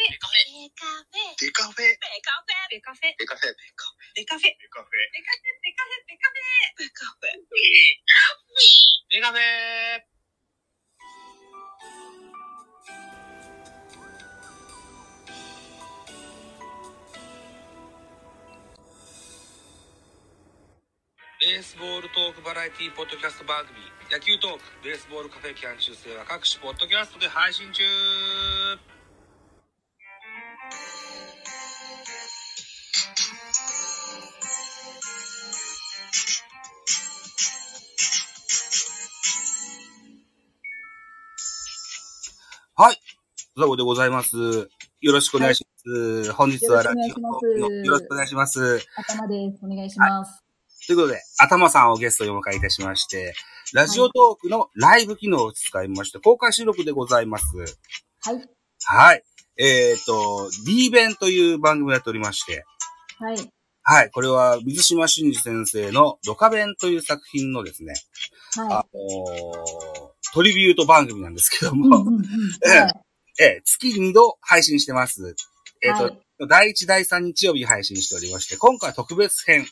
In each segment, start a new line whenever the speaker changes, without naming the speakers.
デカフェ。デ
デカフェ。
カフェ。
デカフェ、
デカフェ。
デカフェ、
デカフェ。
デカフェ、デカフェ、デカフ
デカフェ。
ェ。
デカフェ
ベースボールトークバラエティポッドキャスト番組野球トークベースボールカフェ期間中制は各種ポッドキャストで配信中はい。どうもでございます。よろしくお願いします。本日はラジオトークのよろ
よろ
し
し
く
く
お
お
願いします。
頭です。お願いします。
ということで、頭さんをゲストにお迎えいたしまして、ラジオトークのライブ機能を使いまして、公開収録でございます。
はい。
はい。えっ、と、B 弁という番組をやっておりまして、
はい。
はい。これは、水島真嗣先生のドカ弁という作品のですね、あ
は
のートリビュート番組なんですけど
い。うん
も、
うんうんはい
えー月2度配信してます。えっ、と、
はい
第1、第3日曜日に配信しておりまして、今回は特別編、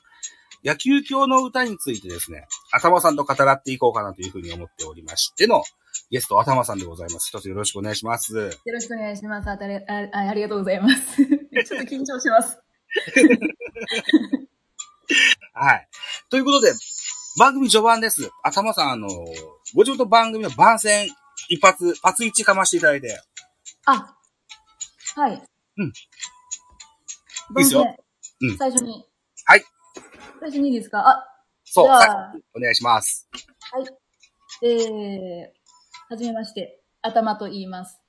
野球教の歌についてですね、頭さんと語らっていこうかなというふうに思っておりましての、ゲスト、頭さんでございます。一つよろしくお願いします。
よろしくお願いします。あたりああありがとうございます。ち ょっと緊張します。
はい。ということで、番組序盤です。頭さん、あの、ご自分と番組の番宣、一発、パツ一かましていただいて。
あ、はい。
うん。
ど
いいっ
う
す
ぞ
ようん
最初に。
はい。
最初にいいですかあ、
そう、
じゃあ
さお願いします。
えー、はじめまして、頭と言います。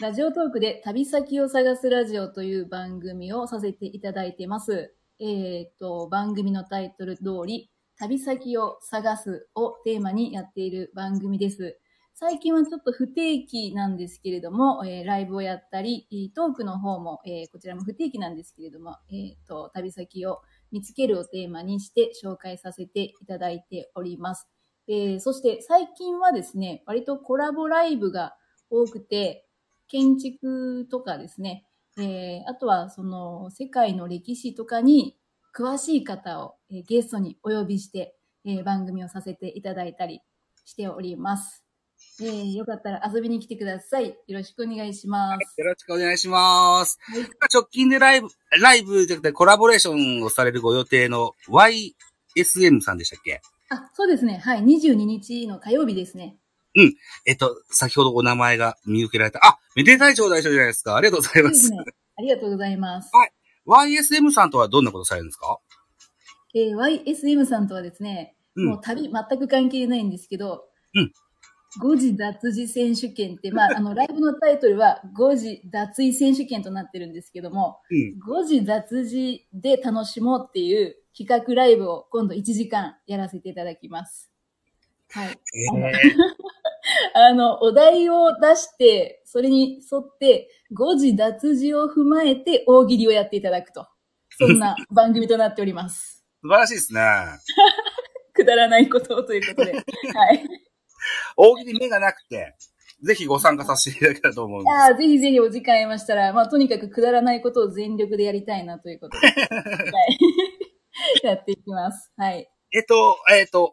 ラジオトークで旅先を探すラジオという番組をさせていただいてます。えっと、番組のタイトル通り、旅先を探すをテーマにやっている番組です。最近はちょっと不定期なんですけれども、えーライブをやったり、えートークの方も、えーこちらも不定期なんですけれども、えっと、旅先を見つけるをテーマにして紹介させていただいております。えーそして最近はですね、割とコラボライブが多くて、建築とかですね、えーあとはその世界の歴史とかに詳しい方を、えーゲストにお呼びして、えー番組をさせていただいたりしております。えーよかったら遊びに来てください。よろしくお願いします。
よろしくお願いします。
はい
直近でライブ、ライブじゃなくてコラボレーションをされるご予定の YSM さんでしたっけ
あ、そうですね。はい。22日の火曜日ですね。
えっと、先ほどお名前が見受けられた。あ、めでたい頂戴所じゃないですか。ありがとうござい
そう
ま
です
す。
ね。ありがとうございます。
YSM さんとはどんなことされるんですか
えー YSM さんとはですね、
うん
もう旅全く関係ないんですけど、
うん
誤字脱字選手権って、まあ、あの、ライブのタイトルは、誤字脱衣選手権となってるんですけども、
うん。
誤字脱字で楽しもうっていう企画ライブを今度1時間やらせていただきます。 はい。あの、お題を出して、それに沿って、誤字脱字を踏まえて大喜利をやっていただくと。そんな番組となっております。
素晴らしいですね。
くだらないことをとい うことで。はい。
大喜利目がなくて、ぜひご参加させていただけたらと思うんで
ああ、ぜひぜひお時間ありましたら、まあ、とにかくくだらないことを全力でやりたいなということ で。はい。 やっていきます。はい。
す。えっと、えっと、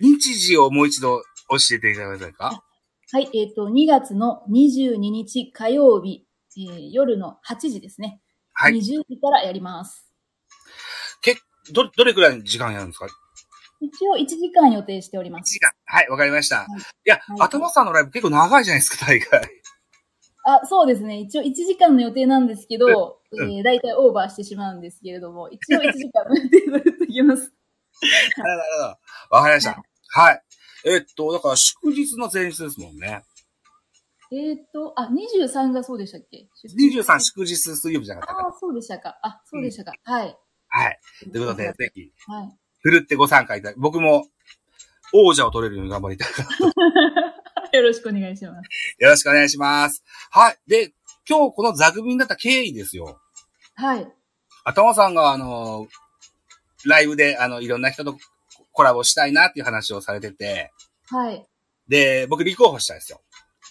日時をもう一度教えていただけませんか
はい。えっ、と、2月の22日火曜日、えー夜の8時ですね。
はい。
20時からやります。
ど、どれくらいの時間やるんですか
一応1時間予定しておりま
?1
す。
時間。はい、わかりました。いや、
はい
頭さんのライブ結構長いじゃないですか、大会。
あ、そうですね。一応1時間の予定なんですけど、え
うん
ー、大体オーバーしてしまうんですけれども、一応1時間の予定でやっていきます。
なるほど。わかりました。はい。えっと、だから祝日の前日ですもんね。
えっ、と、あ、23がそうでしたっけ
23祝日水曜日じゃなかったか
ああ、そうでしたか。あ、そうでしたか。はい。
な。はい。ということで、ぜひ、
はい。
ふるってご参加いただき、僕も王者を取れるように 頑張りたいから。
よろしくお願いします。
よろしくお願いします。はい。で、今日この座組になった経緯ですよ。
はい。
頭さんが、あの、ライブで、あの、いろんな人とコラボしたいなっていう話をされてて、
はい。
で、僕立候補したんですよ。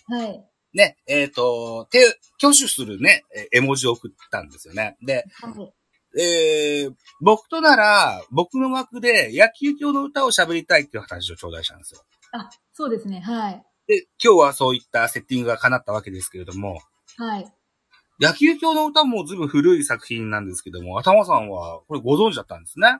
はい。
ね、えっ、と、手、挙手するね、え絵文字を送ったんですよね。で、
はい。
えー、僕となら、僕の枠で野球教の歌を喋りたいっていう話を頂戴したんですよ。
あ、そうですね。はい。
で、今日はそういったセッティングが叶ったわけですけれども、
はい。
野球教の歌もずいぶん古い作品なんですけども、頭さんはこれご存知だったんですね。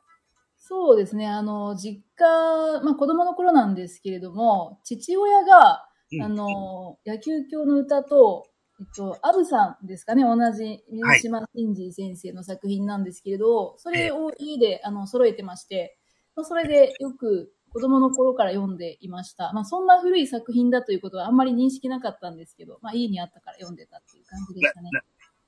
そうですね。あの、実家、まあ子供の頃なんですけれども、父親が、
うん
あの、野球教の歌と、えっと、アブさんですかね、同じ水島新司先生の作品なんですけれど、それを家であの揃えてまして、まあそれでよく子供の頃から読んでいました。まあそんな古い作品だということはあんまり認識なかったんですけど、まあ家にあったから読んでたっていう感じでしたね。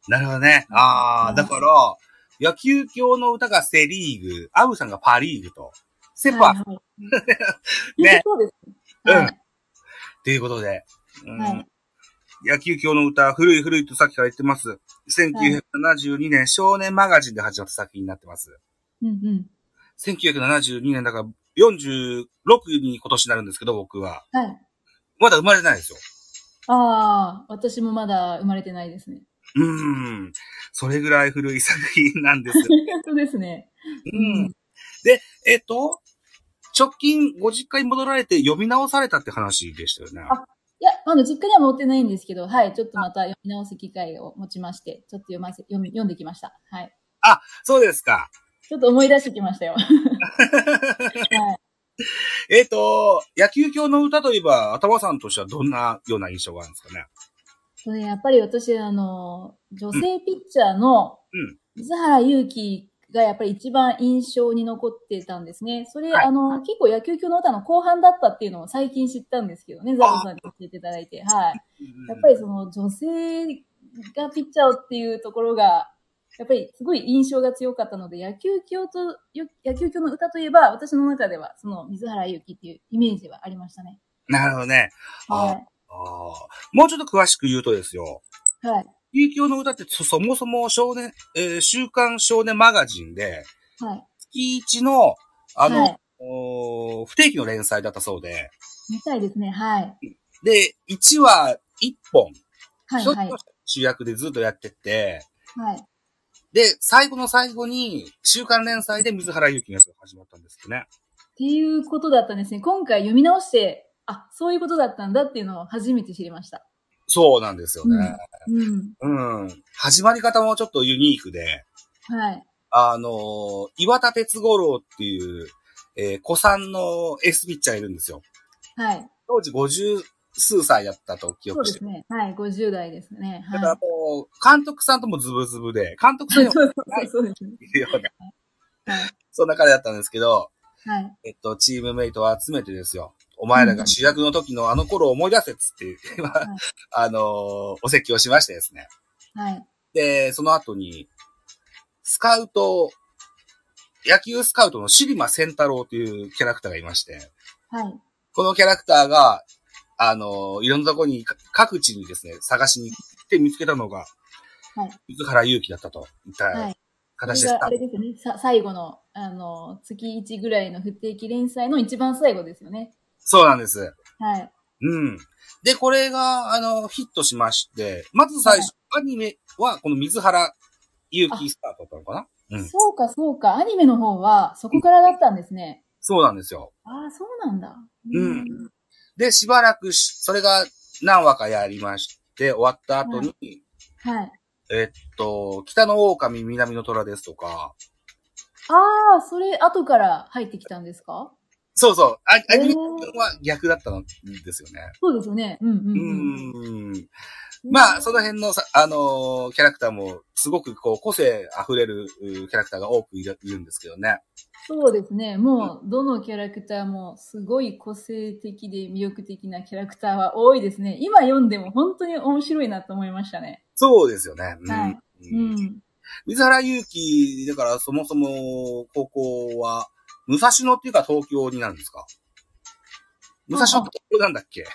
なるほどね。あ
う
あ、
ん
だから、野球教の歌がセリーグ、アブさんがパリーグと、セパ、
はい
っ
は い、
ね
そうですね。
うん
はい
ていうことで、うん
はい
野球教の歌、古い古いとさっきから言ってます。1972年、少年マガジンで始まった作品になってます。
うんうん。
1972年だから、46に今年になるんですけど、僕は。
はい。
まだ生まれてないですよ。
ああ、私もまだ生まれてないですね。
うーん。それぐらい古い作品なんです。
そうですね。
うん。で、えっと、直近ご実家に戻られて読み直されたって話でしたよね。
あいや、あの、実家には持ってないんですけど、はい、ちょっとまた読み直す機会を持ちまして、ちょっと読ませ、読み、読んできました。はい。
そうですか。
ちょっと思い出してきま したよ。はい。
えっ、と、野球教の歌といえば、頭さんとしてはどんなような印象があるんですかね。
それやっぱり私、あの、女性ピッチャーの
うん、
水原祐希がやっぱり一番印象に残ってたんですね。それ、
はい
あの、結構野球教の歌の後半だったっていうのを最近知ったんですけどね、ザボさんに教えていただいて、はい。やっぱりその女性がピッチャーをっていうところが、やっぱりすごい印象が強かったので、野球教と、よ野球教の歌といえば、私の中では、その水原ゆきっていうイメージはありましたね。
なるほどね。
は
あーもうちょっと詳しく言うとですよ。
い。はい。
野球教の歌ってそそもそも少年、えー週刊少年マガジンで、
はい。
月一の、あの、
はい
おー不定期の連載だったそうで、
みたいですね。はい。
で、1話1本、
はい。
一つ
はい
の。主役でずっとやってって、
はい。
で、最後の最後に、週刊連載で水原ゆきのやつが始まったんですよね。
っていうことだったんですね。今回読み直して、あ、そういうことだったんだっていうのを初めて知りました。
そうなんですよね。
うん。
うん。始まり方もちょっとユニークで、
はい。
あのー岩田哲五郎っていう、えー、子さんのエースピッチャーいるんですよ。
はい。
当時50数歳だったと記
そう
憶
で
して
す
る。
ね。はい。50代ですね。
だから
は
もう、監督さんともズブズブで、監督
い。
さ
そ
ん
う
にも
そうそうそうですね。
いるような、
はい。
そんな彼だったんですけど、
はい。
えっと、チームメイトを集めてですよ。お前らが主役の時のあの頃を思い出せっつって、今、
い
あのーお説教しましてですね。
はい。
で、その後に、スカウト、野球スカウトのシリマ仙太郎というキャラクターがいまして、
はい。
このキャラクターが、あのーいろんなとこに、か各地にですね、探しに行って見つけたのが、
はい
水原祐希だったといっ
は
た
い。
形
そ
で
れ
し
が
た。
あれですよね。さ最後の、あの、月1ぐらいの不定期連載の一番最後ですよね。
そうなんです。
はい。
うん。で、これが、あの、ヒットしまして、まず最初、アニメは、この水原祐希スタートだったのかなうん。
そうか、そうか。アニメの方は、そこからだったんですね。
そうなんですよ。
ああ、そうなんだ。
うん。で、しばらくし、それが何話かやりまして、終わった後に、
はい。
えっと、北の狼、南の虎ですとか、
ああ、それ、後から入ってきたんですか
そうそう、あア
えー
ニメは逆だったんですよね。
そうですよね。うんうん
う
うん。
ん。まあ、その辺のさ、あのーキャラクターも、すごくこう、個性溢れるうーキャラクターが多くいるいるんですけどね。
そうですね。もう、どのキャラクターも、すごい個性的で魅力的なキャラクターは多いですね。今読んでも本当に面白いなと思いましたね。
そうですよね。うん。
はいうん。
水原祐希、だからそもそも高校は、武蔵野っていうか東京になるんですか武蔵野って東京なんだっ け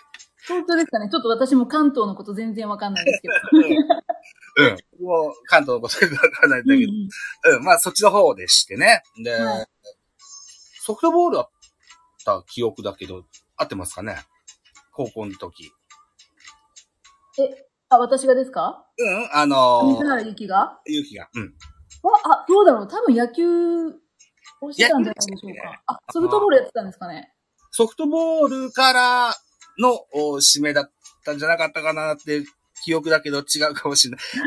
本当ですかね。ちょっと私も関東のこと全然わかんないで すけど。
うん。もう関東のことよくわからないんだけど、うん、まあそっちの方でしてね。で、
はい
ソフトボールだった記憶だけど、合ってますかね高校の時。
あ、私がですか
うん、あの
水
ー、
原ゆきが
ゆきが。うん。
あ、あ、どうだろう多分野球をしてたんじゃないでしょう
野球ですね
か。あ、ソフトボールやってたんですかね。
ソフトボールからのお指名だったんじゃなかったかなって、記憶だけど違うかもしれない。
ちょ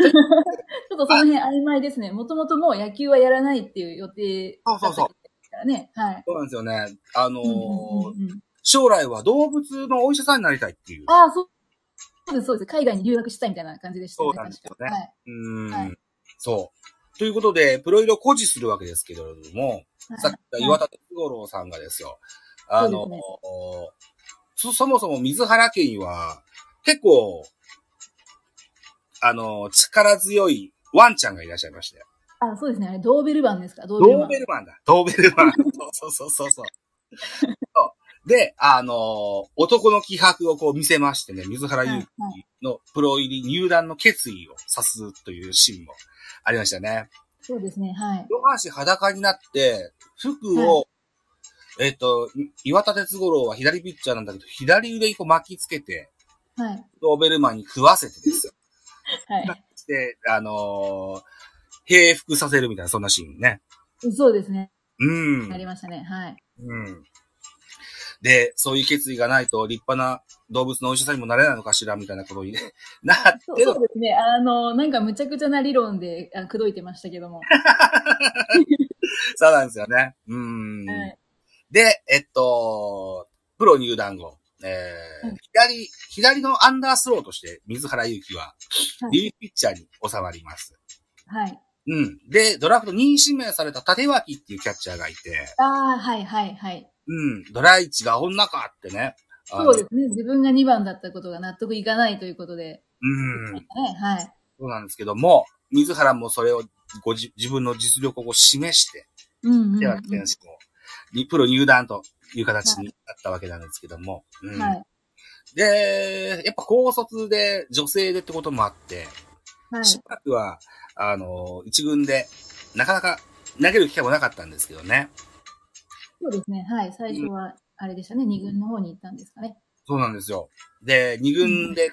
っとその辺曖昧ですね。もともともう野球はやらないっていう予定だったですからね。はい。
そうなんですよね。あのー
うんうんうんうん
将来は動物のお医者さんになりたいっていう。
ああ、そうそうです、そうです。海外に留学したいみたいな感じでしたね。
そうなんですよね
確かはい。
うーん、
はい
そう。ということで、プロいろ誇示するわけですけれども、
はい
さっき言った岩田哲五郎さんがですよ、あの、
そうですね
そそもそも水原家には、結構、あの、力強いワンちゃんがいらっしゃいまして。
あ、そうですね。あれ、ドーベルマンですかド
ド
ーベルマ
ー
ン。
ベルマンだ。ドーベル マン。そうそうそうそう。そうで、あの、男の気迫をこう見せましてね、水原
はい
優
はい
のプロ入り入団の決意を指すというシーンもありましたね。
そうですね。はい。
両半身裸になって、服を、えっと、岩田哲五郎は左ピッチャーなんだけど、左腕にこう巻きつけて、
はい。
ドーベルマンに食わせてですよ。
はい。
で、あのー、平服させるみたいな、そんなシーンね。
そうですね。
うん
あ。りましたね。はい。
うん。で、そういう決意がないと立派な動物のお医者さんにもなれないのかしら、みたいなことになっ
そう
て
そ
の
うですね。あの、なんかむちゃくちゃな理論で、あ、口説いてましたけども。
そうなんですよね。うん。
はい。
で、えっと、プロ入団後、えー
うん
左、左のアンダースローとして水原ゆきは
は、い
リリーフピッチャーに収まります。
はい。
うん。で、ドラフト2位指名された立脇っていうキャッチャーがいて、
ああ、はい、はい、はい。
うん。ドライチが女かってね。あの
そうですね。自分が2番だったことが納得いかないということで。
うん。
ね、はい。
そうなんですけども、水原もそれをごじ自分の実力をこう示して、
うん、うん。
手
は
脇選手も、にプロ入団という形になったわけなんですけども。うん
い。
で、やっぱ高卒で女性でってこともあって、
はい。
しばらくは、あの、一軍で、なかなか投げる機会もなかったんですけどね。
そうですね。はい。最初は、あれでしたね。二軍の方に行ったんですかね。
そうなんですよ。で、二軍で、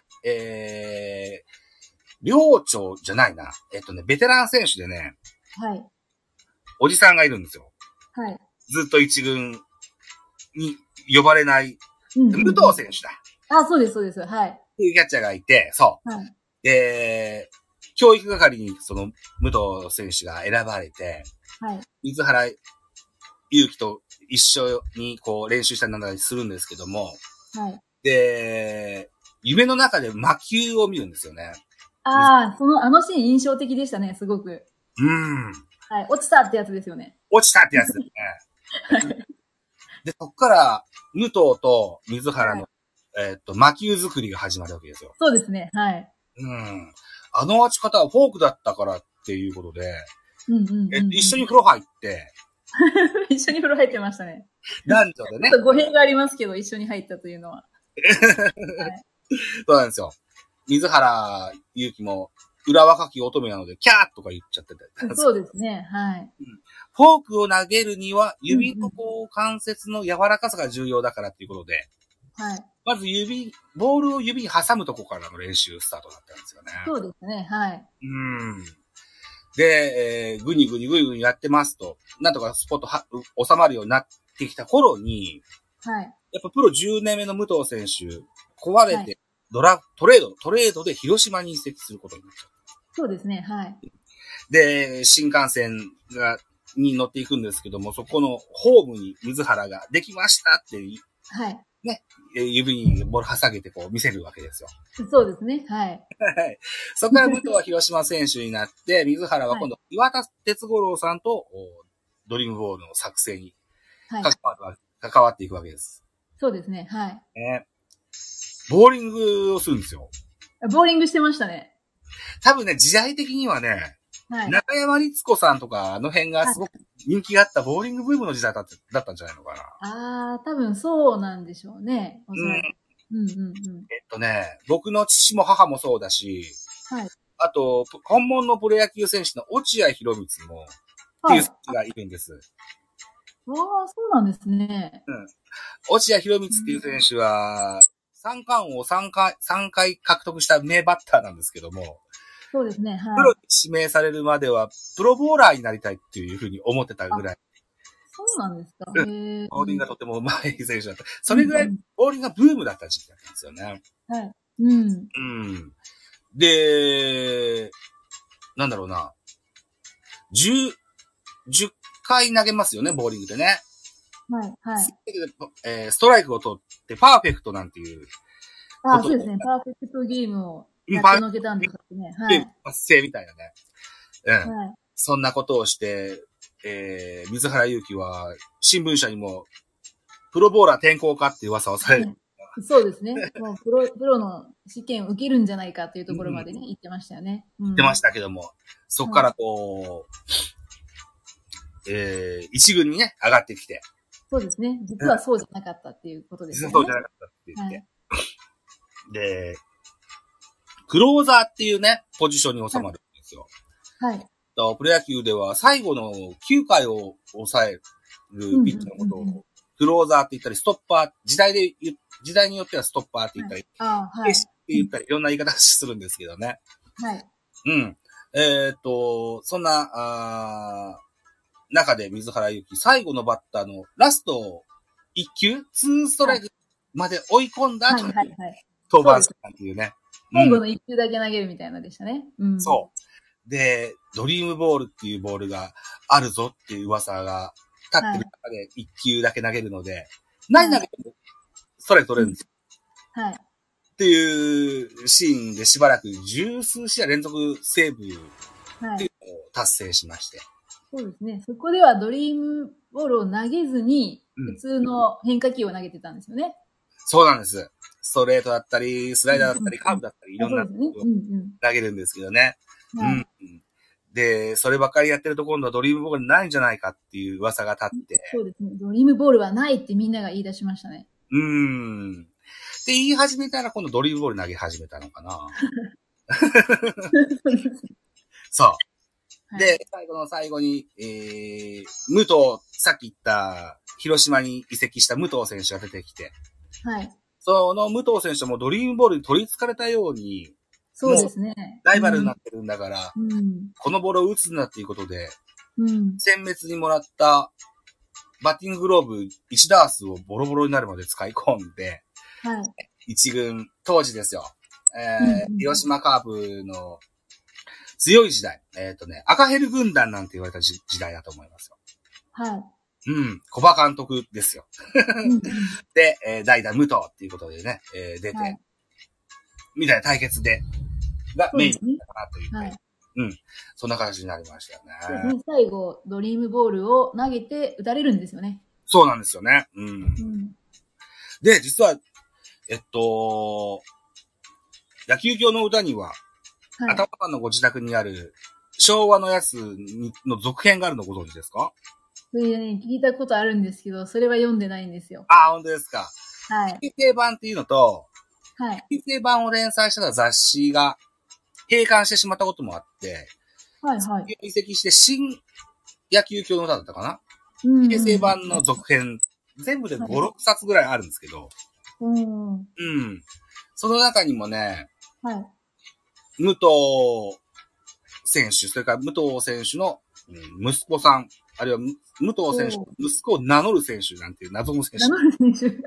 えー、寮長じゃないな。えっとね、ベテラン選手でね、
はい。
おじさんがいるんですよ。
はい。
ずっと一軍に呼ばれない、
うん
武藤選手だ。
あ、そうです、そうです。はい。
っていうキャッチャーがいて、そう。
はい。
で、教育係にその武藤選手が選ばれて、
はい。
水原祐希と一緒にこう練習したりなんだりするんですけども、
はい。
で、夢の中で魔球を見るんですよね。
ああ、その、あのシーン印象的でしたね、すごく。
うん。
はい。落ちたってやつですよね。
落ちたってやつです ね。で、そこから、武藤と水原の、えーっと、魔球作りが始まるわけですよ。
そうですね。はい。
うん。あの落ち方はフォークだったからっていうことで、
うんうんうん、
え
うん。
一緒に。風呂入って、
一緒に風呂入ってましたね。
男女でね
ちょっ、と語弊がありますけど、一緒に入ったとい うのは。
そうなんですよ。水原ゆきも、裏若き乙女なので、キャーとか言っちゃってて。
そうですね。はい。
フォークを投げるには、指のこう、関節の柔らかさが重要だからっていうことで、
はい。
まず指、ボールを指に挟むとこからの練習スタートだったんですよね。
そうですね。はい。
うん。で、えーぐにぐにぐにぐにやってますと、なんとかスポットは収まるようになってきた頃に、
はい。
やっぱプロ10年目の武藤選手、壊れ
は
て、ドラ、トレード、トレードで広島に移籍することになっちゃう。
そうですね。はい。
で、新幹線が、に乗っていくんですけども、そこのホームに水原ができましたって、
はい。
えー指にボール挟げてこう見せるわけですよ。
そうですね。はい。
はい。そこから武藤は広島選手になって、水原は今度岩田哲五郎さんと、おドリームボールの作成に
はい
関。わるわ関わっていくわけです。
そうですね。はい。
ね。ボーリングをするんですよ。
ボーリングしてましたね。
多分ね、時代的にはね、
はい。
中山律子さんとか、あの辺がすごく人気があったボーリングブームの時代だっただったんじゃないのかな。
ああ、多分そうなんでしょうね。おそらく。うんうんう
え
ん。
っとね、僕の父も母もそうだし、
はい
あと、本物のプロ野球選手の落合博光も、って
は
いう
い。
選手がいるんです。
わあ、そうなんですね。
落合博光っていう選手は、三冠王を3回、3回獲得した名バッターなんですけども、
そうですね。
プ
は
ロ
い。
に指名されるまでは、プロボーラーになりたいっていうふうに思ってたぐらい、
そうなんですか。
う
へえ。
ボーリングがとても上手い選手だった。それぐらい、ボーリングがブームだった時期だったんですよね。
うん。
うん。で、なんだろうな。10、10回投げますよね、ボーリングってね。
はい。はい。
えーストライクを取ってパーフェクトなんていう、
あ
こと
そうですね。パーフェクトゲームを
う
や
んパー
ってのけたんですね。はい。
達成みたいなね。うん。
はい。
そんなことをして、えー、水原祐希は、新聞社にも、プロボーラー転校かって噂をされる。
そうですね。もうプロ、プロの試験を受けるんじゃないかというところまでね、言ってましたよね。言っ。
出ましたたけども、そこからこう、えー、一軍にね、上がってきて、
そうですね。実はそうじゃなかったっていうことです
実
よ
はそうじ
ね。
ゃなかったって言って、で、クローザーっていうね、ポジションに収まるんですよ。
はい。はい。
だからプロ野球では最後の9回を抑えるピッチャーのこと
うんうんうんう
を、クローザーって言ったり、ストッパー、時代で言う、時代によってはストッパーって言ったり、
ああ、はい
っ。て言ったり、いろんな言い方するんですけどね。
はい。
うん。えっ、と、そんな、あー中で水原ゆき、最後のバッターのラスト1球、2ストライクまで追い込んだ
は
後
い。
に
はい。はい。
登板したっていうね。
最後
うん
の一球だけ投げるみたいなのでしたね。うん。
そう。で、ドリームボールっていうボールがあるぞっていう噂が立ってる中で1球だけ投げるので、何投げてもストライク取れるんですよ
う。はい。
っていうシーンでしばらく十数試合連続セーブ
は
って
い。
いうのを達成しまして。
そうですね。そこではドリームボールを投げずに、
うん
普通の変化球を投げてたんですよね。
そうなんです。ストレートだったり、スライダーだったり、カーブだったり、いろんな
あそうですね。
のを
うん
投げるんですけどね。
うん。
う
はい
ん。で、そればっかりやってると今度はドリームボールないんじゃないかっていう噂が立って、
そうですね。ドリームボールはないってみんなが言い出しましたね。
うーん。って言い始めたら、今度ドリームボール投げ始めたのかな。 そ
は
う。
い、
で、最後の最後に、えー、武藤、さっき言った、広島に移籍した武藤選手が出てきて、
はい。
その武藤選手もドリームボールに取り憑かれたように、
そうですね。
ライバルになってるんだから、
うん。
このボールを打つんだっていうことで、
うん。
殲滅にもらった、バッティンググローブ1ダースをボロボロになるまで使い込んで、
はい。
一軍、当時ですよ。えー
うんうん
広島カープの強い時代。えっ、とね、赤ヘル軍団なんて言われた時時代だと思いますよ。
はい。
うん、小場監督ですよ。
うん
で、えー代打武藤っていうことでね、えー出て、
はい
みたいな対決で、が
そう
メイ
で
ン
すね。
だったかなというか、
はい。
そんな形になりましたよ
そう
ね。
ですね最後、ドリームボールを投げて打たれるんですよね。
そうなんですよね。うん
う。ん。
で、実は、えっと、野球教の歌には、
はい。
頭さんのご自宅にある、昭和のやつにの続編があるのご存知ですか
それでね、聞いたことあるんですけど、それは読んでないんですよ。
ああ、本当ですか。
はい。
旧訂版っていうのと、
はい。
旧訂版を連載してた雑誌が閉刊してしまったこともあって、
はい。はい。
移籍して新野球教の歌だったかな
うん
旧訂版の続編、全部で5、
はい
6冊ぐらいあるんですけど、
うん。は
うん。その中にもね、
い。
武藤選手、それから武藤選手のうん息子さん、あるいはむ武藤選手の息子を名乗る選手なんていう謎の選手
名前選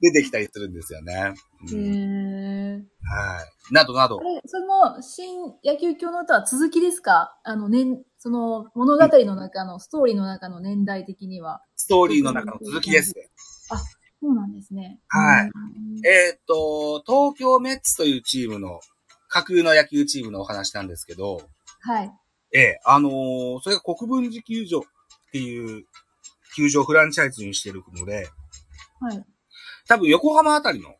出てきたりするんですよね。う
手。へ
ん
ー。
はい。などなど
あ。れ、その、新野球教の歌は続きですかあの、年、その、物語の中の、ストーリーの中の年代的には。
ストーリーの中の続きです。
そうなんですね。
はい
うん。
えーっと、東京メッツというチームの、架空の野球チームのお話なんですけど、
はい。
ええあのーそれが国分寺球場っていう球場をフランチャイズにしてるので、
はい。
多分横浜あたりの、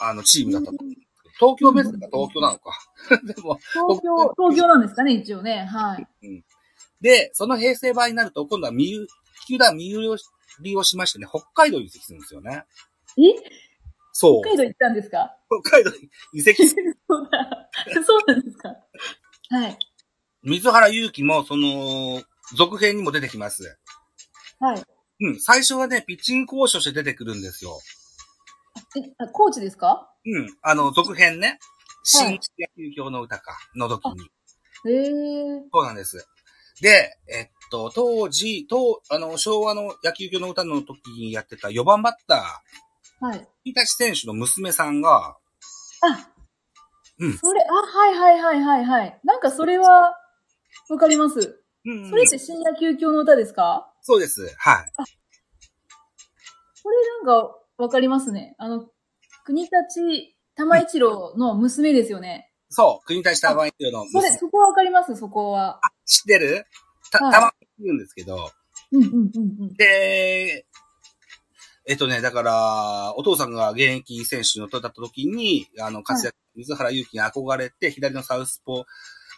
あの、チームだったと思うんですけど、東京メッツだったら東京なのか。 でも、
東京、東京なんですかね、一応ね。はい。
で、その平成版になると、今度はみゆ、球団見売りをしましてね、北海道に移籍するんですよね。
え
そう。
北海道行ったんですか
北海道に移籍する。
そうだ。そうなんですかはい。
水原祐希も、その、続編にも出てきます。
はい。
うん、最初はね、ピッチング講師として出てくるんですよ。
え、あコーチですか
うん、あの、続編ね。新規野球教の歌か、の時に。
ええ
そうなんです。で、えっと、当時、当、あの、昭和の野球教の歌の時にやってた4番バッター、
はい。
日立選手の娘さんが、
あ、
うん
それ、あ、はいはいはいはいはい。なんかそれは、わかります。
うん
それって新野球教の歌ですか
そうです。はい。
それなんかわかりますね。あの、国立玉一郎の娘ですよね。
そう、国立ターバンエの
それ、
娘。
そこはわかります、そこは。
知ってるた、
はい
たまに言うんですけど。
うんうんうんうん。
で、えっとね、だから、お父さんが現役選手のとだった時に、あの、活躍、水原祐希に憧れて、左のサウスポー、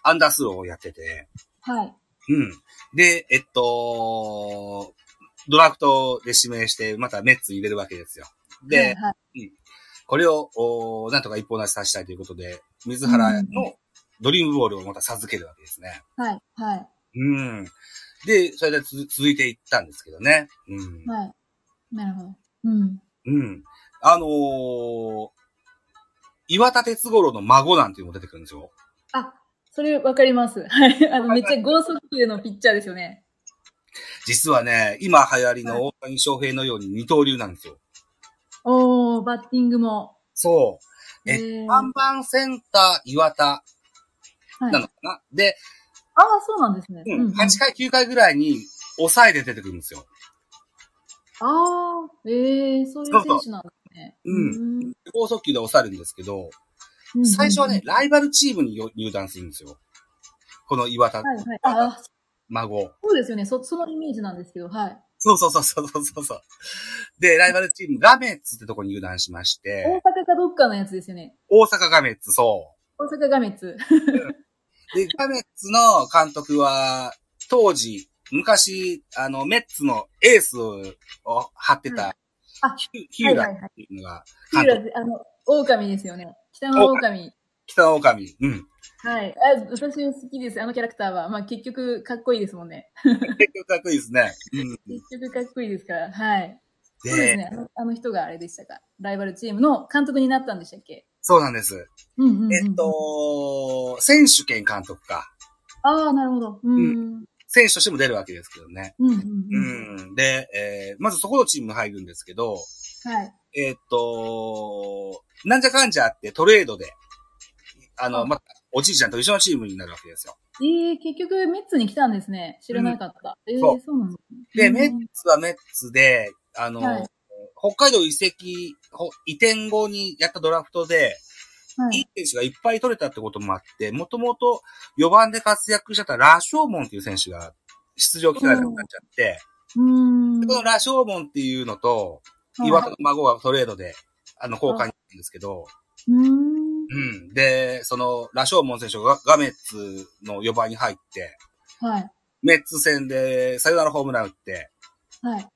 アンダースローをやってて、
はい。
うん。で、えっと、ドラフトで指名して、またメッツ入れるわけですよ。で、
はいはい、
これを、おなんとか一本なしさせたいということで、水原のドリームボールをまた授けるわけですね。
はい、はい、
うん。で、それでつづ続いていったんですけどね。うん。
はい。なるほど。うん。
うん。あのー、岩田哲五郎の孫なんていうのも出てくるんですよ。
あ、それわかります。 はい。あの、めっちゃ剛速球のピッチャーですよね。
実はね、今流行りの大谷翔平のように二刀流なんですよ。
おー、バッティングも。
そう。え
え
看板センター岩田
はい、
なの
あ
かな、で、
あ、そうなんですね。
うん、8回、9回ぐらいに抑えで出てくるんですよ。
ああ、ええそういう選手なんですね。
そうそ
ん
高速球で抑えるんですけど、
うん
最初はね、、ライバルチームによ入団するんですよ。この岩田
はいはい。ああ、
孫。
そうですよね。そ、そのイメージなんですけど、はい。
そうそうそうそうそうそうそう。で、ライバルチーム、ガメッツってとこに入団しまし
大
て、
阪かどっかのやつですよね。
大阪ガメッツ、そ
大阪ガメッ
う。
ツ。
で、ガメッツの監督は、当時、昔、あの、メッツのエースを張って
は
た、
あ
ヒュヒューラ
はい
ー
はいはい
っていうのが、
あ
監督、
の、狼ですよね。北の狼。
北の狼。うん。
はい。あ私好きです。あのキャラクターは。まあ結局、かっこいいですもんね。
結局かっこいいですね。うん。
結局かっこいいですから。はい。そうで
で、
すね。あのあの人があれでしたか。ライバルチームの監督になったんでしたっけ
そうなんです。
うんうん、うん。
えっ。と、選手兼監督か。
ああ、なるほど。うん。うん
選手としても出るわけですけどね。
うん
う
うん。
ん。で、えーまずそこのチームに入るんですけど、
はい。
えーっと、なんじゃかんじゃあってトレードで、あの、
うん
また、おじいちゃんと一緒のチームになるわけですよ。
ええ結局、メッツに来たんですね。知らなかった。ええ
そう
そうなんですね。
で、
うん
メッツはメッツで、あの、
はい
北海道移籍、ほ移転後にやったドラフトで、
はい
いい選手がいっぱい取れたってこともあって、もともと4番で活躍してたラショーモンっていう選手が出場機会がなくなっちゃって、
うーん。
でこのラショーモンっていうのと、岩田の孫がトレードで、あの、交換になるんですけど、
うーん。
うん。で、その、ラショーモン選手がガメッツの4番に入って、
はい。
メッツ戦でサヨナラホームラン打って、
はい。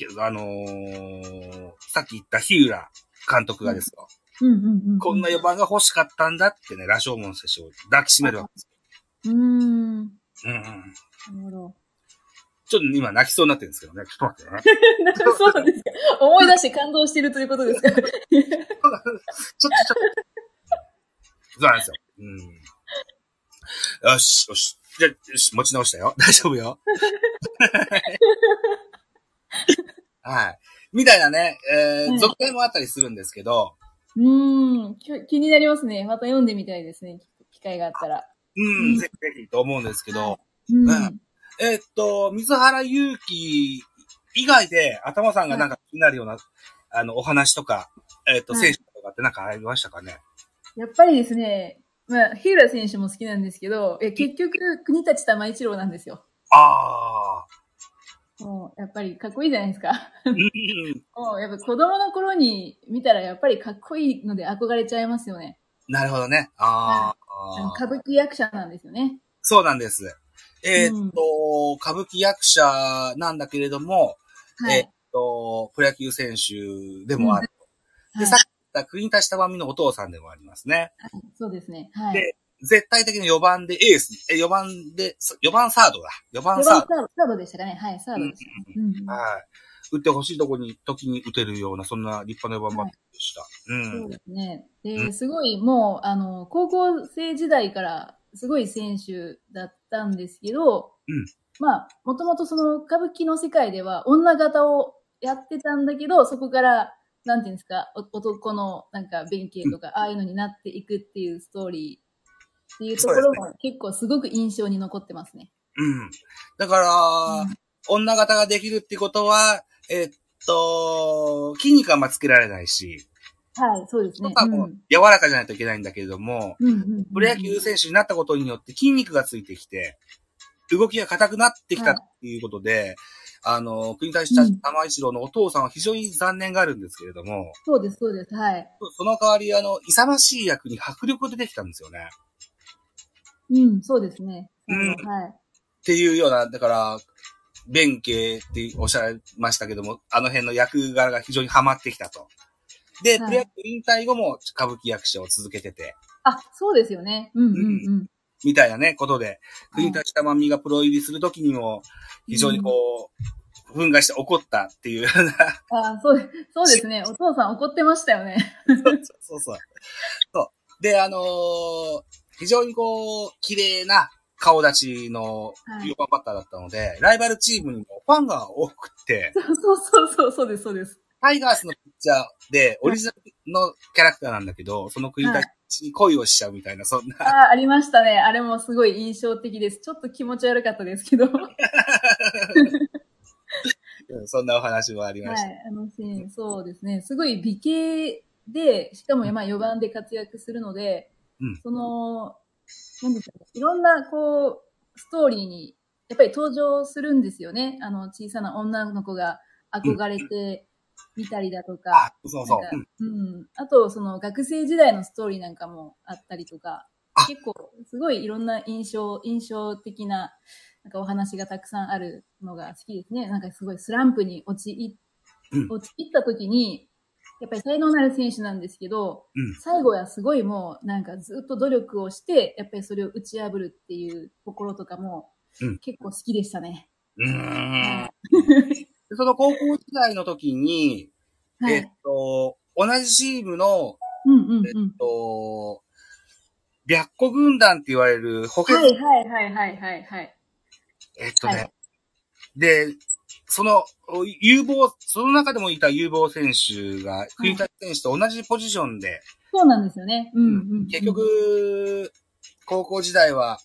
ひあのーさっき言った日浦監督がですよ、
うんうんうん。
こんな4番が欲しかったんだってね、ラショーモン選手を抱きしめるわけです
うーん。な
よ。うんうん。
るほど。
ちょっと今泣きそうになってるんですけどね、ちょっと待っ てね。
そうなんですか。思い出して感動してるということですか。
ちょっと、ちょっと。そうなんですよ。うん。よし、よし。じゃ、よし、持ち直したよ。大丈夫よ。 はい。みたいなね、えー、
うん
続編もあったりするんですけど、
うーん。き気になりますね。また読んでみたいですね。機会があったら。
うん、
うん
ぜひぜひと思うんですけど、
うん。
うんえーっと、水原祐希以外で、頭さんがなんか気になるような、あの、お話とか、えーっと、
はい
選手とかってなんかありましたかね、
やっぱりですね、まあ、日浦選手も好きなんですけど、え結局、国立玉一郎なんですよ。
ああ。
もう、やっぱりかっこいいじゃないですか。
うん
もう、やっぱ子供の頃に見たら、やっぱりかっこいいので憧れちゃいますよね。
なるほどね。あ
あの
あ。
歌舞伎役者なんですよね。
そうなんです。えーっと、歌舞伎役者なんだけれども、
は
えーっ
い。
と、プロ野球選手でもある。
は
で、
い
さっき言った国田下まみのお父さんでもありますね。
そうですね。はい。
で絶対的に4番でエース、え、4番で、4番サードだ。4番
4番
サー
サ
ド
ー。ドサードでしたかね。はい、サードでしたね。うんうん
はい。打ってほしいとこに、時に打てるような、そんな立派な4番バッターでした。う。
そうんですね。
う
で、すごいもう、あの、高校生時代からすごい選手だったんですけど、
うん
まあ、もともとその歌舞伎の世界では女型をやってたんだけど、そこから、なんていうんですか、お男のなんか弁慶とか、ああいうのになっていくっていうストーリーっていうところも結構すごく印象に残ってますね。
うん。だから、女型ができるってことは、えっと、筋肉はまあつけられないし、
はい、そうです
と
ね。
かもう柔らかじゃないといけないんだけれども、
うんうんうんうん
プロ野球選手になったことによって筋肉がついてきて、動きが硬くなってきたっていうことで、あの、国立社
うん
玉一郎のお父さんは非常に残念があるんですけれども、
そうです、そうです。はい。
その代わり、あの、勇ましい役に迫力が出てきたんですよね。
うん、そうですね。
うん
はい。
っていうような、だから、弁慶っておっしゃいましたけども、あの辺の役柄が非常にハマってきたと。で、
はい
プロ野球引退後も歌舞伎役者を続けてて、
あ、そうですよね。うんうんうん。
みたいなね、ことで、国立玉美がプロ入りするときにも、非常にこう、憤慨して怒ったっていうような、
あそう、そうですね。お父さん怒ってましたよね。
そうそう。そう。で、あのー非常にこう、綺麗な顔立ちの
はい
4番バッターだったので、ライバルチームにもファンが多くて、
そうそうそう、そうです、そうです。
タイガースのピッチャーで、オリジナルのキャラクターなんだけど、その国立に恋をしちゃうみたいな、そん
あ
な、
あ、ありましたね。あれもすごい印象的です。ちょっと気持ち悪かったですけど。はい、
そんなお話もありました。
あのシーン、そうですね。すごい美形で、しかもまあ4番で活躍するので、
うん
その、なんですかね、いろんなこう、ストーリーに、やっぱり登場するんですよね。あの、小さな女の子が憧れてみたりだとか。
あ、そうそう。
なん
う
か
ん
うん。あと、その学生時代のストーリーなんかもあったりとか
あ、
結構、すごいいろんな印象、印象的な、なんかお話がたくさんあるのが好きですね。なんかすごいスランプに陥
うん
っ、陥った時に、やっぱり才能のある選手なんですけど、
うん
最後はすごいもうなんかずっと努力をして、やっぱりそれを打ち破るっていうところとかも
うん
結構好きでしたね。
うーん。でその高校時代の時に、
は
えっ
い。
と、同じチームの、
うんうんうん
えっ。と、白虎軍団って言われる補欠、
はいはいはいはいはいはい。
えっとね、
はい
で、その、お有望、その中でもいた有望選手が、国立選手と同じポジションで、
そうなんですよね。うんうんうん。
結局、高校時代は、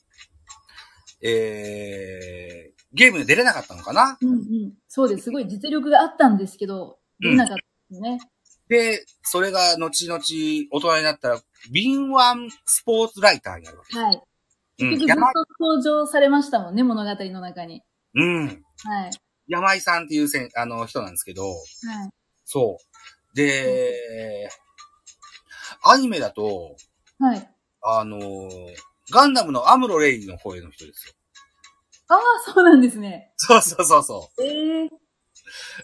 えー、ゲームに出れなかったのかな
うんうん、そうです。すごい実力があったんですけど、
うん
出なかったですね。
で、それが後々大人になったら、敏腕スポーツライターになるわけ。
はい。
う
結
ん、
局ずっ
山
と登場されましたもんね、物語の中に。
うん、
はい。
山井さんっていうせんあの人なんですけど、
はい。
そう。で、アニメだと、
はい。
あのーガンダムのアムロレイの声の人ですよ。
ああ、そうなんですね。
そうそうそうそ
ええ
う。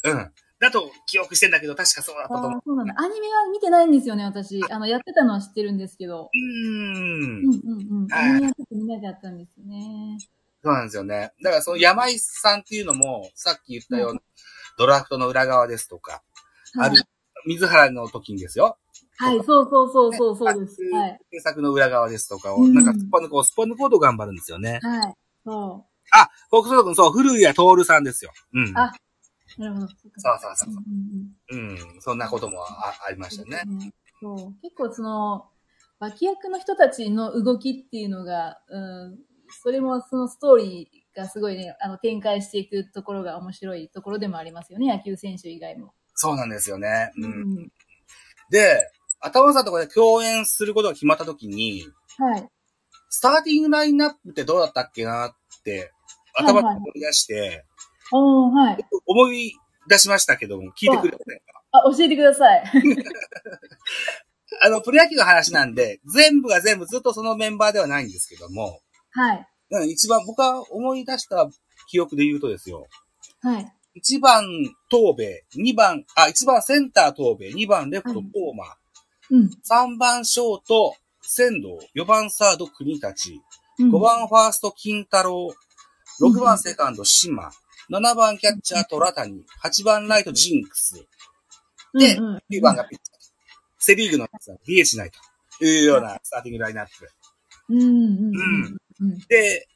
うん。だと記憶してんだけど、確かそうだったと
あ
思う
あ、。そうなんだ。アニメは見てないんですよね、私。あの、やってたのは知ってるんですけど。
う
うんん。うんうん。
はい
アニメはちょっと見なかったんですよね。
そうなんですよね。だからその山井さんっていうのも、さっき言ったような、ドラフトの裏側ですとか、
は
あ
い
る、水原の時にですよ。
はい、そうそうそうそう、そうです。
ね
はい。
制作の裏側ですとかを、
うん
なんかスパ抜こう、スパ抜こうと頑張るんですよね。
はい。そ
あ、フォークソロ君、そう、古谷徹さんですよ。うん。
あう。なるほど。そっか
そうそうそう
うん
そ
うんうん
う。うん。そんなこともあありましたね。
そう結構その脇役の人たちの動きっていうのが、うん、それもそのストーリーがすごいねあの展開していくところが面白いところでもありますよね野球選手以外も。
そうなんですよね。う。
うんん
で、頭さんとかで共演することが決まった時に、
はい、
スターティングラインナップってどうだったっけなって、頭から思い出して、
おーはい、
思い出しましたけども、聞いてくれませんか
あ教えてください。
あの、プロ野球の話なんで、全部が全部ずっとそのメンバーではないんですけども、
はい、
うん一番、僕は思い出した記憶で言うとですよ、
はい、
1番、東米、2番、あ、1番センター東米、2番レフト、
うん
コーマ
うん、
ー、3番ショート、仙道、4番サード、国立、
うん
5番ファースト、金太郎、6番セカンド、島、7番キャッチャー、虎谷、8番ライト、ジンクス、で
うんうん
9番がピッチャー。セリーグのやつは DH ないというようなスターティングラインナップ。
うんうんうんうん
で、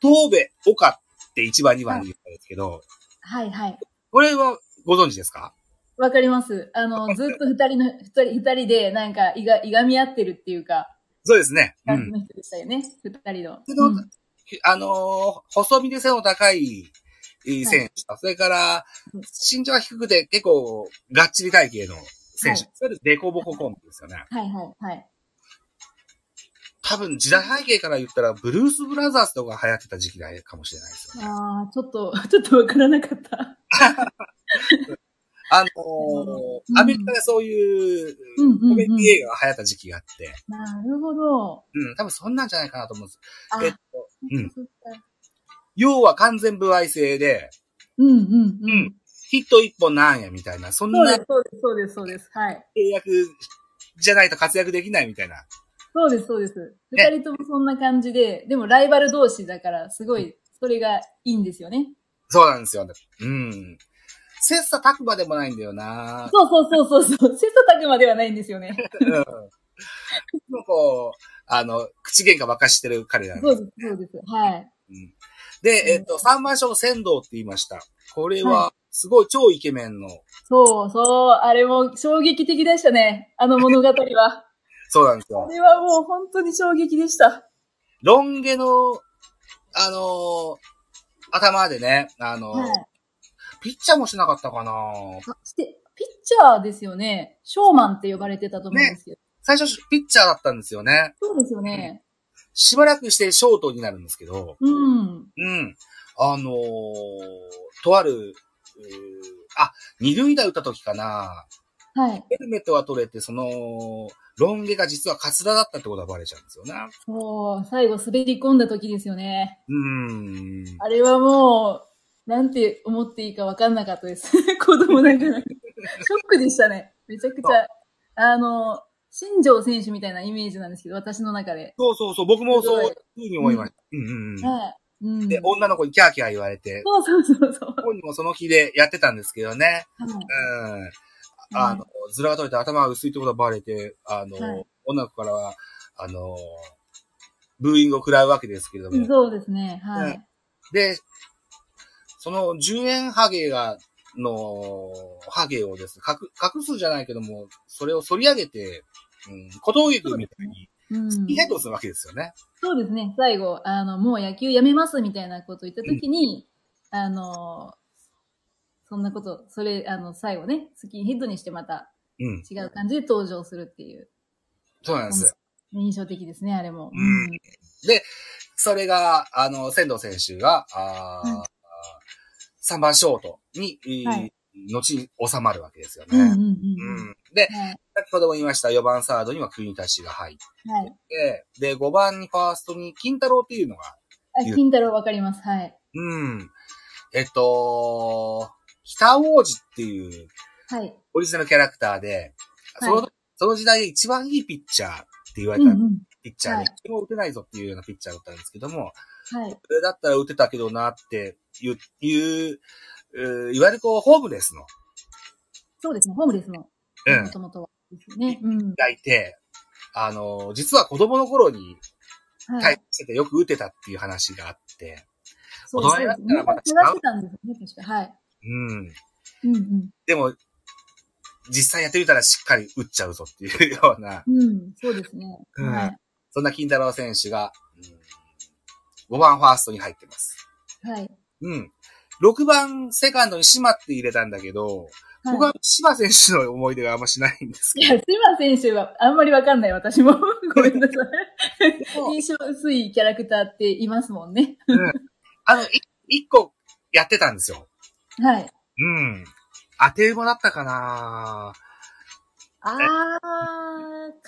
東部、岡って1番、2番に言ったんですけど、
はいはい。
これはご存知ですか
わかります。あの、ずっと二人の、二人、二人で、なんか、いが、いがみ合ってるっていうか、
そうですね。う
感じ
ん。
の人でしたよね。二、人の。
その
うん
あのー細身で背の高いえー選手と、それから
うん、
身長が低くて結構、がっちり体型の選手。それでデコボココンビですよね。
はいはいはい。
多分時代背景から言ったら、ブルース・ブラザーズとか流行ってた時期だかもしれないですよね。
ああ、ちょっと、 ちょっとわからなかった。
あのー
うん
アメリカでそういう
うんうんうん
コメディ映画が流行った時期があって、
なるほど。
うん、多分そんなんじゃないかなと思うんです。
あ、
えっと、うん
そっか
要は完全不愛制で、
うんうんう
うん
ん。
ヒット一本なんやみたいな、そん
そう
な
です、そうです、そうです、そうです。はい。
契約じゃないと活躍できないみたいな。
そうです、そうです。
ね
二人ともそんな感じで、でもライバル同士だから、すごい、それがいいんですよね。
そうなんですよ。うん。切磋琢磨でもないんだよな。
そうそうそうそう そう。切磋琢磨ではないんですよね。
うん。いつもこう、あの、口喧嘩ばっかしてる彼らの。
そうです、そうです。はい。
うんで、えっと、三番賞仙道って言いました。これは、すごい超イケメンの、
そうそう。あれも衝撃的でしたね。あの物 語は。
そうなんですよ
あ。れはもう本当に衝撃でした。
ロン毛の、あのー頭でね、あのー
はい。
ピッチャーもしなかったかな
あして、ピッチャーですよね。ショーマンって呼ばれてたと思うんですよ。
最初、ピッチャーだったんですよね。
そうですよね。
しばらくしてショートになるんですけど、
うん。
うん。あのーとある、うーあ、二塁打打った時かな
はい。
ヘルメットは取れて、その、ロン毛が実はカツラだったってことがバレちゃうんですよね。
そう、最後滑り込んだ時ですよね。
うーん。
あれはもう、なんて思っていいか分かんなかったです。 子供ながらに。ショックでしたね。めちゃくちゃ。あの、新庄選手みたいなイメージなんですけど、私の中で。
そうそうそう、僕もそういうふうに思いました。うんうんうん。
はい。うん。
で、女の子にキャーキャー言われて、
そうそうそうそう。
本人もその気でやってたんですけどね。
はい
うん。あの、ずらが取れて頭が薄いってことがバレて、あの、
はい
女の子からは、あの、ブーイングを食らうわけですけれども。
そうですね。は
ね
い。
で、その10円ハゲが、の、ハゲをですね、隠隠すじゃないけども、それを反り上げて、うん、小峠君みたいに、
うん、
スキンヘッドをするわけですよね。
そうですね。最後、あの、もう野球やめますみたいなことを言ったときに、あの、そんなこと、それ、あの、最後ね、スキンヘッドにしてまた
うん。
違う感じで登場するっていう、
そうなんです。
印象的ですね、あれも。
うんそれが、あの、仙道選手が、あ
うん
3番ショートに、
はい
後に収まるわけですよ
うん。うんうん
ね。
う
う
ん
んで、
はい。
先ほども言いました、4番サードには国田氏が入っ
はい。
て、で、5番にファーストに金太郎っていうのが、
あ、金太郎わかります。はい。
うん。えっと、北王子っていう
はい。
オリジナルキャラクターで、その、
は
その時代で一番いいピッチャーって言わ
う
れ
んう
た
ん。
ピッチャー
は
で
い、
一番打てないぞっていうようなピッチャーだったんですけども、
はい。
それだったら打てたけどなっていう、いう、うーいわゆるこう、ホームレスの、
そうですね。ホームレスの。
うん
も、ともとは。ですね。うん。
がいて、あの、実は子供の頃に
は
対
い。
戦しててよく打てたっていう話があって、
そう
大人
そ
に
う
な
で
っ
す
たら
ね。
また違う
探してたんですよね、確か。はい。
うん。
うんうん。
でも、実際やってみたらしっかり打っちゃうぞっていうような、
うん、そうですね。
うん
は
そんな金太郎選手が、うん、5番ファーストに入ってます。
い。はい。
うん。6番セカンドに島って入れたんだけど、
はい
僕は島選手の思い出があんましないんです
い
け
や、すいません、選手は、あんまりわかんない、私も。 ごめんなさ
ど
い。、印象薄いキャラクターっていますもんね。
あの、い一個やってたんですよ。
はい。
うん。当て馬だったかな
あー、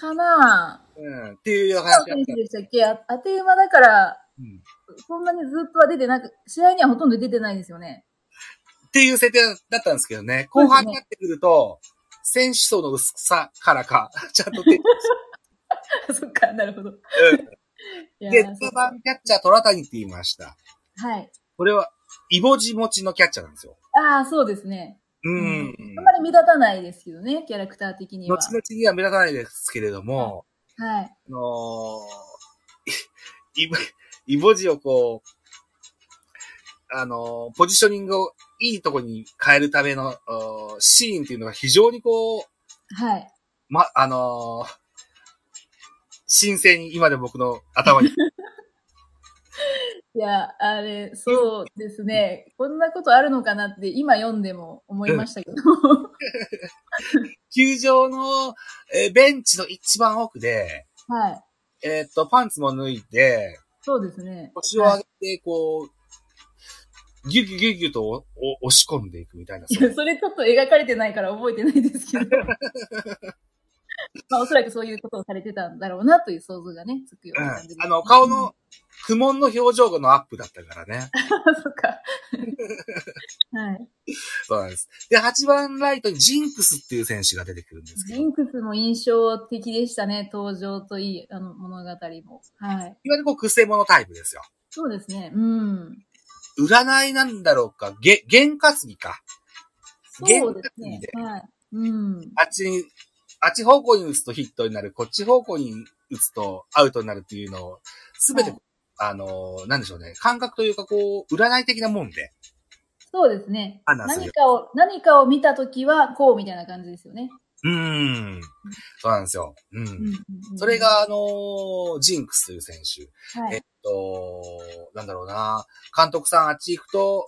かな
うん。っていう話だ
ぁ。
った。
選手でしたっけあ当て馬だから、
うん
そんなにずっとは出てなく、試合にはほとんど出てないですよね。
っていう設定だったんですけどね。
そう
後
です
半
ね
になってくると、選手層の薄さからか、ちゃんと手
そっか、なるほど。いや
で、
ー
ツ
そ
ー
う
バンキャッチャー、虎谷って言いました。
はい。
これは、イボジ持ちのキャッチャーなんですよ。
ああ、そうですね。
う。
うんあんまり目立たないですけどね、キャラクター的には
後。々には目立たないですけれども、
はい。
あのー、 イボ、イボジをこう、あのーポジショニングをいいとこに変えるための、おーシーンっていうのが非常にこう、
はい。
ま、あのー、新鮮に今で僕の頭に。
いや、あれ、そうですね。こんなことあるのかなって、今読んでも思いましたけど。
球場の、えーベンチの一番奥で、
はい。
えーっと、パンツも脱いで、
そうですね。
腰を上げて、こう、ギュギュギュギュとおお押し込んでいくみたいな。
い
そう
や、それちょっと描かれてないから覚えてないですけど。 まあ、おそらくそういうことをされてたんだろうなという想像がね、つくよう
う
なん感じです、
あの、顔の、苦悶の表情のアップだったから ね。
あ、 そっか。はい。
そうなんです。で、8番ライトにジンクスっていう選手が出てくるんですけど、
ジ
いわ
ンクスも印象的でしたね、登場といい、あの、物語も。はい。
ゆるこう、くせ者タイプですよ。
そうですね、うん。
占いなんだろうか、げ、験担ぎか。
そうですね
原作。
はい。うん。
あっちに、あっち方向に打つとヒットになる、こっち方向に打つとアウトになるっていうのを、すべて、
はい
あのー、なんでしょうね、感覚というか、こう、占い的なもんで、
そうですね。
判断する
何かを、何かを見たときは、こうみたいな感じですよね。
うーん、そうなんですよ。うん。
うんうんうん
それ、が、あのージンクスという選手。
は
えっ
い。
と、なんだろうな、監督さんあっち行くと、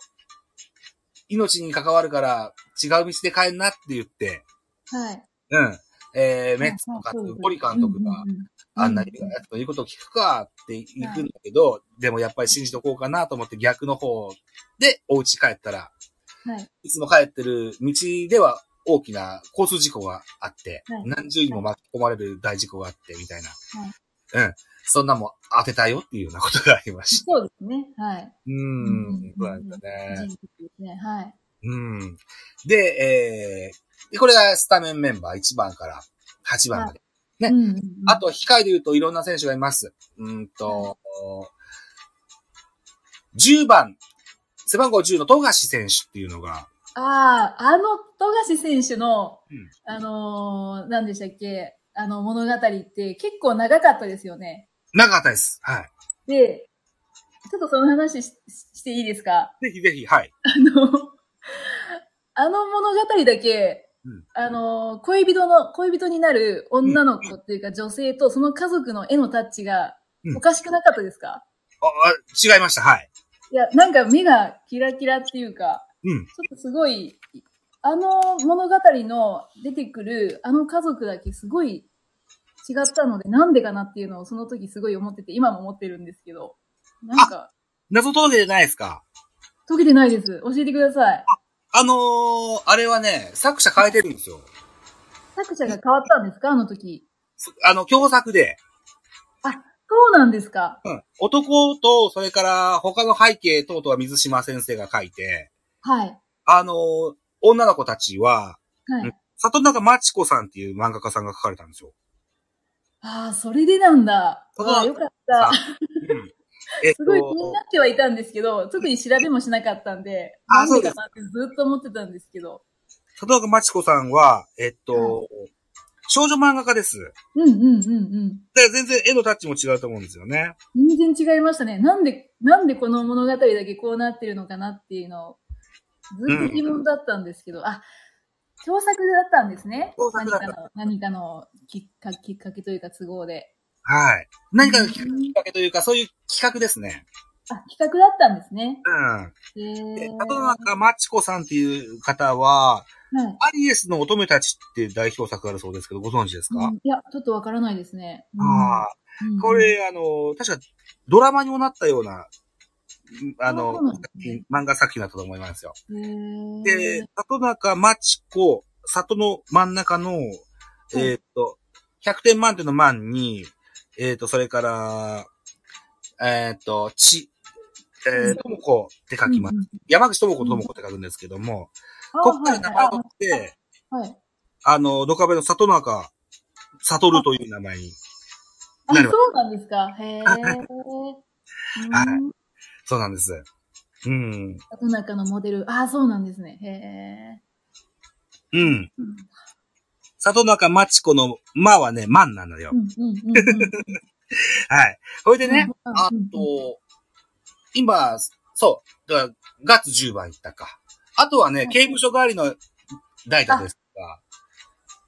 命に関わるから違う道で帰んなって言って、
はい。
うん。えー、メッツとか、ポリ監督が
うん、うんうん
あんなにやつの言うことを聞くかって行くんだけど、でもやっぱり信じとこうかなと思って逆の方でお家帰ったら、
はい。
いつも帰ってる道では大きな交通事故があって、
はい
何十人も巻き込まれる大事故があって、みたいな。うん。そんなもん当てたよっていうようなことがありました。
そうですね。はい。
う
うんん。
そうなんだね。
人物ですね。はい。
うん。で、えー、でこれがスタメンメンバー1番から8番まで。ね
うんうんうん
あ、と、控えで言うといろんな選手がいます。うーんと、10番、背番号10の富樫選手っていうのが、
ああ、あの、富樫選手の
うん、
あのー、何でしたっけ、あの、物語って結構長かったですよね。
長かったです。はい。
で、ちょっとその話しししていいですか
ぜひぜひ、はい。
あの、あの物語だけ、
うん
あの、恋人の、恋人になる女の子っていうか女性とその家族の絵のタッチが
うん
おかしくなかったですか、
ああ違いました、はい。
いや、なんか目がキラキラっていうか、
うん。
ちょっとすごい、あの物語の出てくるあの家族だけすごい違ったので、なんでかなっていうのをその時すごい思ってて、今も思ってるんですけど、なんか、
謎解けてないですか
解けてないです。教えてください。
あのー、あれはね、作者変えてるんですよ。
作者が変わったんですかあの時。
そあの、共作で、
そうなんですか
うん。男と、それから他の背景等々は水島先生が書いて、
はい。
あのー女の子たちは、
は
うん
い。
里中真知子さんっていう漫画家さんが書かれたんですよ。
ああ、それでなんだ。
そう
ああ、よかった。
うんえっ
すごい気になってはいたんですけど、特に調べもしなかったんで、
あ
なんでかなってずっと思ってたんですけど。
里中真知子さんは、えっと、少女漫画家です。
うんうんうん
だから全然絵のタッチも違うと思うんですよね。
うん。全然違いましたね。なんで、なんでこの物語だけこうなってるのかなっていうのを、ずっと疑問だったんですけど、あ、共作だったんですね。
共作だった
何かの、何かのきっかきっかけというか都合で。
はい。何かのきっかけというか、そういう企画ですね。
あ、企画だったんですね。
うん。
へー
で里中真知子さんっていう方は、
はい。
アリエスの乙女たちっていう代表作があるそうですけど、ご存知ですか、
うんいや、ちょっとわからないですね。うん
ああ。
うん
こ、れ、あの、確かドラマにもなったような、うんあ
あ
の
そうなんですね、
漫画作品だったと思いますよ。
へー
で、里中町子、里の真ん中の、えーっと、100点満点の満に、えーっと、それから、えーっと、ち、え
う
ー、
ん
ともこって書きます。
うんうん
山口ともこともこって書くんですけども、
あ
こっから名前を
は
取って、
いはいはい。
あの、ドカベの里中、悟るという名前に
あ、
なるほど
そうなんですか。へ え。
はい
うん
そうなんです。うん。
世の中のモデル。あ、そうなんですね。
うん。
へえ。うん
里中まちこの、まはね、まんなのよ
う。んうんうんうん。
はい。ほいでね、
うんうん
あ
うん
と、今、そう、だから、月10番行ったか。あとはね、刑務所代わりの代打ですが、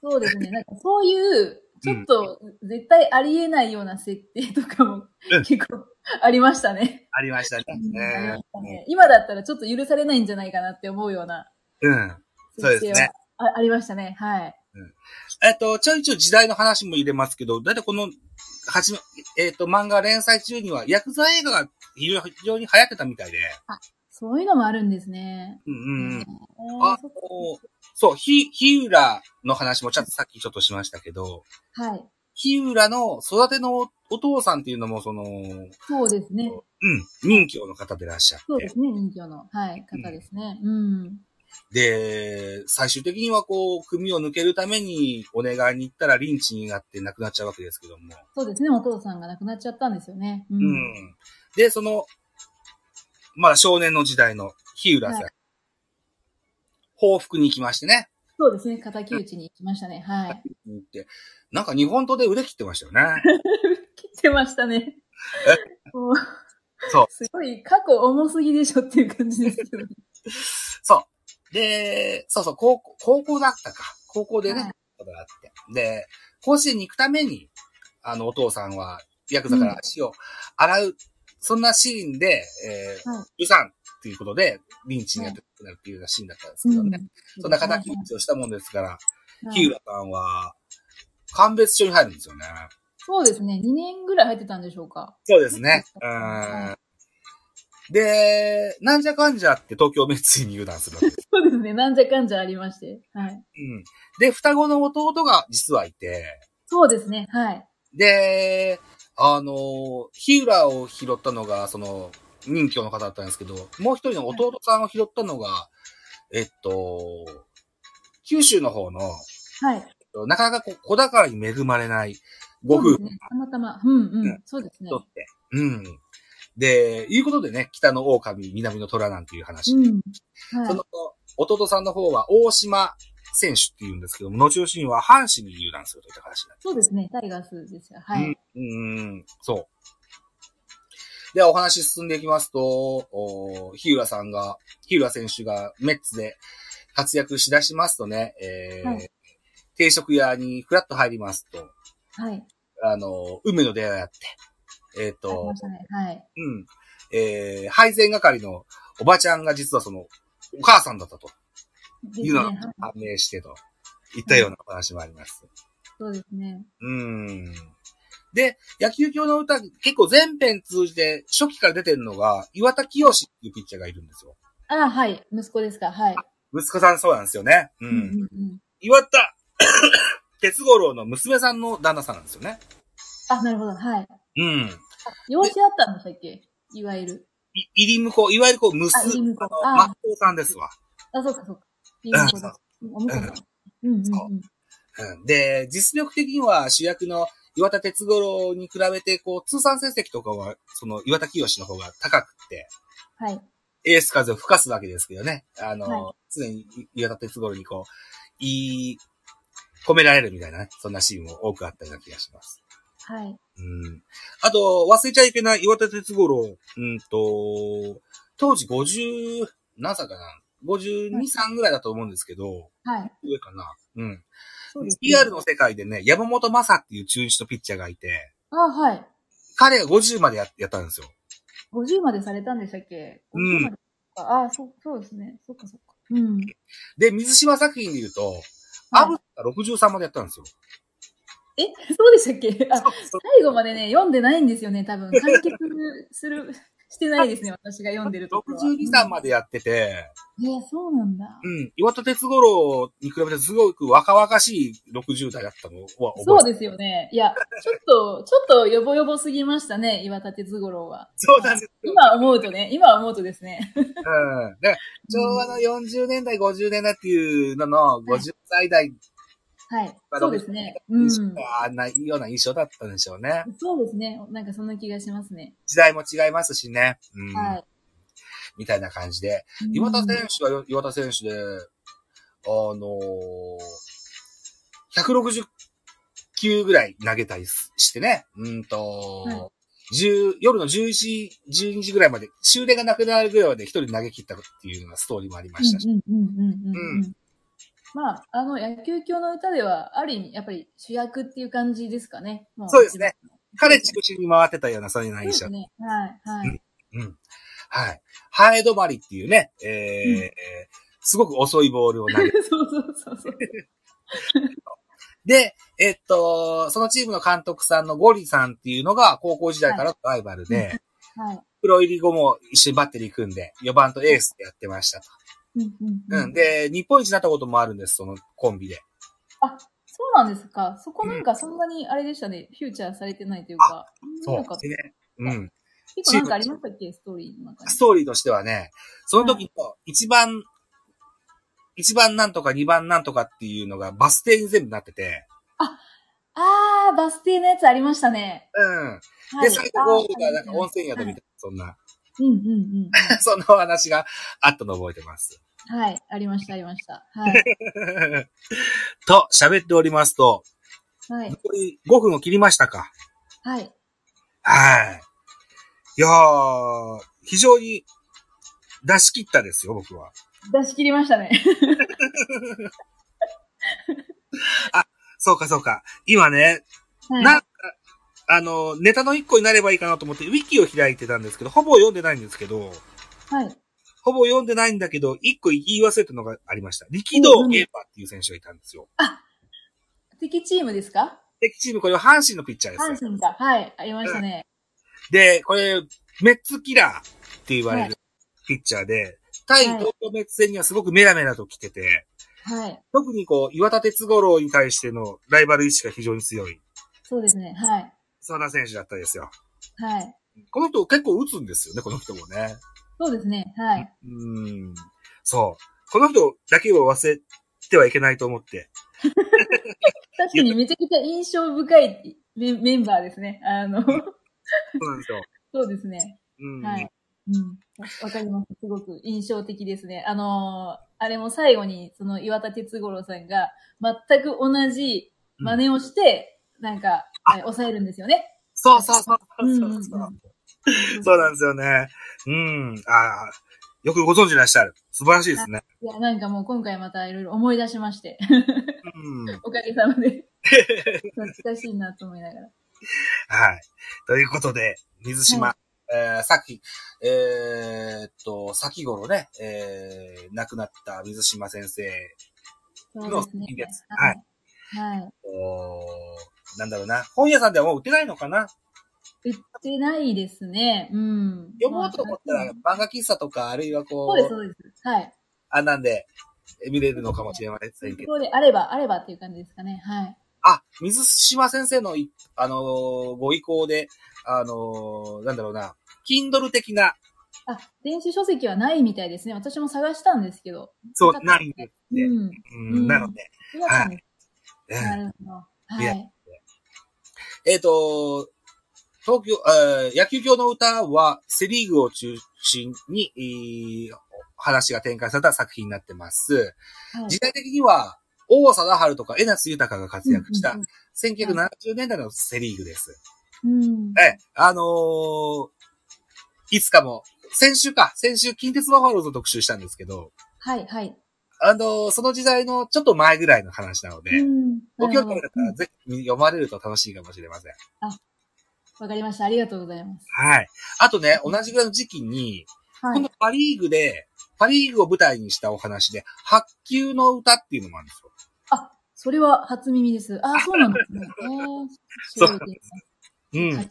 そうですね。なんかそういう、ちょっと絶対ありえないような設定とかも
うん
結構ありましたね。
ありましたね。
ありま
ね
したね今だったらちょっと許されないんじゃないかなって思うような
うん。そうですね
設定はあありましたね。はい。
えっと、ちょいちょい時代の話も入れますけど、だいたいこの、はじめ、えっと、漫画連載中には、ヤクザ映画が非常に流行ってたみたいで、
そういうのもあるんですね。
うんうんうん。
うん
あのそう、ひ、ひうらの話もちょっとさっきちょっとしましたけど、
はい。
ひうらの育てのおお父さんっていうのも、その、うん、
そうですね。
任教の方でいらっしゃっ
そうで
て、
すね。人形の、はい、方ですね。うん。
で、最終的にはこう、組を抜けるためにお願いに行ったらリンチになって亡くなっちゃうわけですけども、
そうですね。お父さんが亡くなっちゃったんですよね。う
うん。で、その、まだ少年の時代の日浦さん、
は
報復に行きましてね、
そうですね。敵討ちに行きましたね。はい。
行って、なんか日本刀で腕切ってましたよね。
切ってましたね。もう
そう
すごい、過去重すぎでしょっていう感じですけど。
そう。で、そうそう、高校、高校だったか。高校でね、
はい
ことがあって。で、甲子園に行くために、あの、お父さんは、ヤクザから足を洗う、そんなシーンで、えー、
は
うさんっていうことで、リンチにやってくなるっていうようなシーンだったんですけどね。そんな敵討ちをしたもんですから、
はい
日浦さんは、鑑別所に入るんですよね。
そうですね。2年ぐらい入ってたんでしょうか。
そうですね。う
は
ん。で、なんじゃかんじゃって東京メッツに入団するわけです。
そうですね。なんじゃかんじゃありまして。はい。
うん。で、双子の弟が実はいて、
そうですね。はい。
で、あの、日浦を拾ったのが、その、任教の方だったんですけど、もう一人の弟さんを拾ったのが、えっと、九州の方の、
はい。
なかなかこう子宝に恵まれないご夫婦
そうですねたまたま。うんう。
うん
そうですね
と。って、うん。で、いうことでね、北の狼、南の虎なんていう話。
うん。
そ
は
の、弟さんの方は大島選手っていうんですけども、後々には阪神に入団するといった話になって
い。そうですね。タイガースですよ。はい。
うん、うん、そう。ではお話進んでいきますと、おー日浦さんが、日浦選手がメッツで活躍しだしますとね、えー
はい
定食屋にフラッと入りますと、
はい。
あの、梅の出会いあって、えっ、
あり
と
まし、たね。はい。
うん、えー配膳係のおばちゃんが実はその、お母さんだったと
です
いう
ね。
の
は
が
い
判明してと、いったようなお話もあります。
そうですね。
うん。で、野球教の歌、結構全編通じて初期から出てるのが、岩田清っていうピッチャーがいるんですよ。
ああ、はい。息子ですか。はい。
息子さんそうなんですよね。う。
うんうんうん。
岩田 哲五郎の娘さんの旦那さんなんですよね。
あ、なるほど。はい。
うん。
養子だったんでしたっけいわゆる。
い、入り向こう、いわゆるこう、
あ入り
娘、
婿
あの、
あ
マッコさんですわ。
あ、そうか、そうか。いい
うん
そうだお婿さん。うんうん
そう
うん。
うん。で、実力的には主役の岩田哲五郎に比べて、こう、通算成績とかは、その岩田清の方が高くって、
はい。
エース風を吹かすわけですけどね。あの、
は
常に岩田哲五郎にこう、言い、込められるみたいなね、そんなシーンも多くあったような気がします。
はい。
うん。あと、忘れちゃいけない岩田哲五郎、うんと、当時50、何歳かな ?52、
はい
3ぐらいだと思うんですけど、
はい。
上かなうん。
そうです、
PR の世界でね、山本正っていう中日のピッチャーがいて、
あはい。
彼が50までややったんですよ。
50までされたんでしたっけ
うん
50までかああ、そう、そうですね。そっかそっか。うん。
で、水島作品で言うと、アブ
あ、
が63までやったんですよ。
え、そうでしたっけあ、
そう
最後までね、読んでないんですよね、多分。完結する、 してないですね、私が読んでるところは。
62歳までやってて、
うん。え、そうなんだ
う。ん、岩田哲五郎に比べてすごく若々しい60代だったのは覚えて
そうですよね。いや、ちょっと、ちょっとよぼよぼすぎましたね、岩立哲五郎は。
そうなんですよ。
今思うとね、今思うとですね。
うん。で、昭和の40年代、50年代っていうのの、50歳代
はい。
まあ
そうですね。う。
うんん、
そ
ないような印象だったんでしょうね。
うですね。なんかそんな気がしますね。
時代も違いますしね。うん。
はい。
みたいな感じで。
うん
岩田選手はよ岩田選手で、あのー、160球ぐらい投げたりすしてね。うんと、
はい
10夜の11時、12時ぐらいまで、終電がなくなるぐらいまで一人投げ切ったっていうようなストーリーもありましたし。
うんうんうんうんうん
う
うん。まあ、あの、野球教の歌では、ある意味、やっぱり主役っていう感じですかね。も
そうですね。彼中心に回ってたような、そういうような
そうで
印象
す。ね。はい、はい。
うん。はい。ハエ止まりっていうね、えー
うん
えーすごく遅いボールを投げて。
そうそうそうそう。
で、えっと、そのチームの監督さんのゴリさんっていうのが高校時代からのライバルで、
はい。
プロ入り後も一緒にバッテリー組んで、4番とエースでやってましたと。
うんうん
うん。で、日本一になったこともあるんです、そのコンビで。
そうなんですか。そこなんかそんなにあれでしたね。フューチャーされてないというか。なんか
でね。うん。
結構なんかありましたっけストーリーの中に
ス。トーリーとしてはね、その時の一番、一番なんとか二番なんとかっていうのがバス停に全部なってて、
あー、バス停のやつありましたね。
うん。
は
で、
い
最後ゴールがなんか温泉宿みたい
は
な、そんな、
うんうんうん。
そんなお話があったの覚えてます。
はい。ありました、ありました。はい。
と、喋っておりますと、
はい。
残り5分を切りましたか。
はい。
はい。いやー、非常に出し切ったですよ、僕は。
出し切りました ね。
そうか、そうか。今ね、
はい。
なんか、あの、ネタの1個になればいいかなと思って、ウィキを開いてたんですけど、ほぼ読んでないんですけど、
はい。
ほぼ読んでないんだけど、1個言い忘れたのがありました。力道ゲーパーっていう選手がいたんですよ。
敵チームですか
敵チーム、これは阪神のピッチャーです。
阪神か。はい。ありましたね。
で、これ、メッツキラーって言われるピッチャーで、対
はい
東京メッツ戦にはすごくメラメラと来てて、
はい。
特にこう、岩田哲五郎に対してのライバル意識が非常に強い、
そうですね。はい。
そんな選手だったですよ。
はい。
この人結構打つんですよね、この人もね。
そうですね。はい。
うん。そう。この人だけを忘れてはいけないと思って。
確かにめちゃくちゃ印象深いメメンバーですね。あの、
そうなんですよ。
そうですね。
うん。
はい。うん。わかります。すごく印象的ですね。あのーあれも最後に、その岩田哲五郎さんが、全く同じ真似をして、なんか、
あ
えー抑えるんですよね。
そうそうそうそうそう
うんうんうん
そうなんですよね。うん。ああ、よくご存知いらっしゃる。素晴らしいですね。
いや、なんかもう今回またいろいろ思い出しまして、
うん。
おかげさまで。懐かしいなと思いながら。
はい。ということで、水島、
は
えーさっき、えーっと、先頃ね、えー亡くなった水島先生、
そうですね
いいです。
はい。はい。
おーなんだろうな、本屋さんではもう売ってないのかな
売ってないですね。うん。
読もうと思ったら
まあ
漫画喫茶とか、あるいはこ
そ
う、
うです、そうです。はい。
あんなんでえ見れるのかもしれませんけ
と
ど。
ころであれば、あればっていう感じですかね。はい。
あ、水島先生のい、あのーご意向で、あのーなんだろうな、Kindle 的な、
あ、電子書籍はないみたいですね。私も探したんですけど。
そう
な、かっ
な
た
いんですって。
うん。よ
うん
うん
なので、
かったです
うん
なるほど。
いや
はい。
えっ、と、東京、えー野球教の歌はセリーグを中心に、えー話が展開された作品になってます。
はい
時代的には、大貞治とか江夏豊が活躍した
うん
1970年代のセリーグです。
うんうん。
ええ、あのーいつかも、先週か、先週近鉄バファローズを特集したんですけど、
はい、はい。
あのーその時代のちょっと前ぐらいの話なので、
うん
ご興味あ
なる
る
ほ
方
ど
はぜひ読まれると楽しいかもしれません。
わかりました。ありがとうございます。
はい。あとね、同じぐらいの時期に、
は
今
い
度。パリーグで、パリーグを舞台にしたお話で、白球の歌っていうのもあるんですよ。
あ、それは初耳です。あ、そうなんですね。え
そ
ー
う
調べて
う
み
ん。
ますはい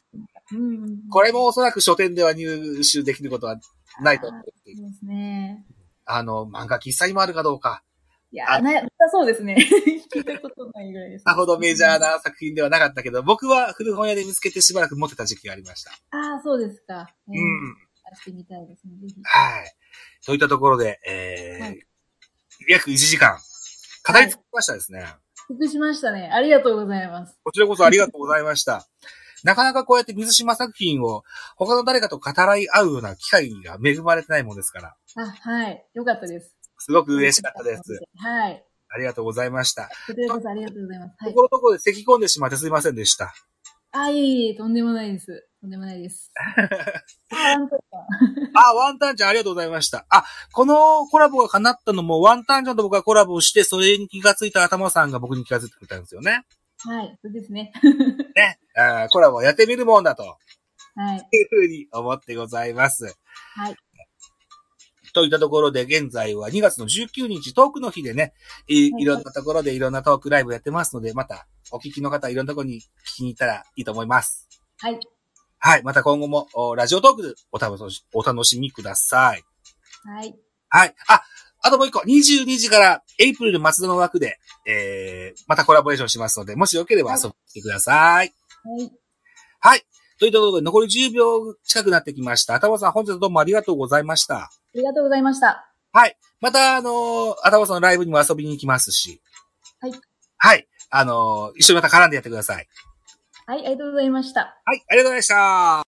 うんうん。
これもおそらく書店では入手できることはないと思っていて
そうですね。
あの、漫画喫茶にもあるかどうか、
いや
あ
ー、な、なさそうですね。 聞いたことないぐらいです。
さほどメジャー。な作品ではなかったけど、僕は古本屋で見つけてしばらく持ってた時期がありました。
あー、そうですか。う
う。ん。
出してみたいですね。ぜひ。
はい。といったところで、えー
はい
約1時間、語り尽くしましたですね。
得しましたね。ありがとうございます。
こちらこそありがとうございました。なかなかこうやって水島作品を他の誰かと語らい合うような機会が恵まれてないもんですから、
あ、はい。よかったです。
すごく嬉しかったです。。
はい。
ありがとうございました。
こちらこそありがとうございます。は
と
い
こ。ろどころで咳込んでしまってすいませんでした。
あ、いえいえ、とんでもないです。とんでもな いです。あ、なんとか。
あ、ワンタンちゃんありがとうございました。あ、このコラボが叶ったのも、ワンタンちゃんと僕がコラボして、それに気がついた頭さんが僕に気がついてくれたんですよね。
はい。そうですね。
ね。あーコラボやってみるもんだと、
はい。
いうふうに思ってございます。
はい。
といったところで、現在は2月の19日、トークの日でね、い
はい
いろんなところでいろんなトークライブやってますので、また、お聞きの方、いろんなところに聞きに行ったらいいと思います。
はい。
はい。また今後も、おラジオトークでお楽しお楽しみください。
はい。
はい。あ、あともう一個、22時から、エイプリル松田の枠で、えー、またコラボレーションしますので、もしよければ遊びに来てください。
はい。
はい。ということで、残り10秒近くなってきました。頭さん、本日はどうもありがとうございました。
ありがとうございました。
はい。また、あのー、頭さんのライブにも遊びに行きますし。
はい。
はい。あのー、一緒にまた絡んでやってください。
はい。ありがとうございました。
はい。ありがとうございました。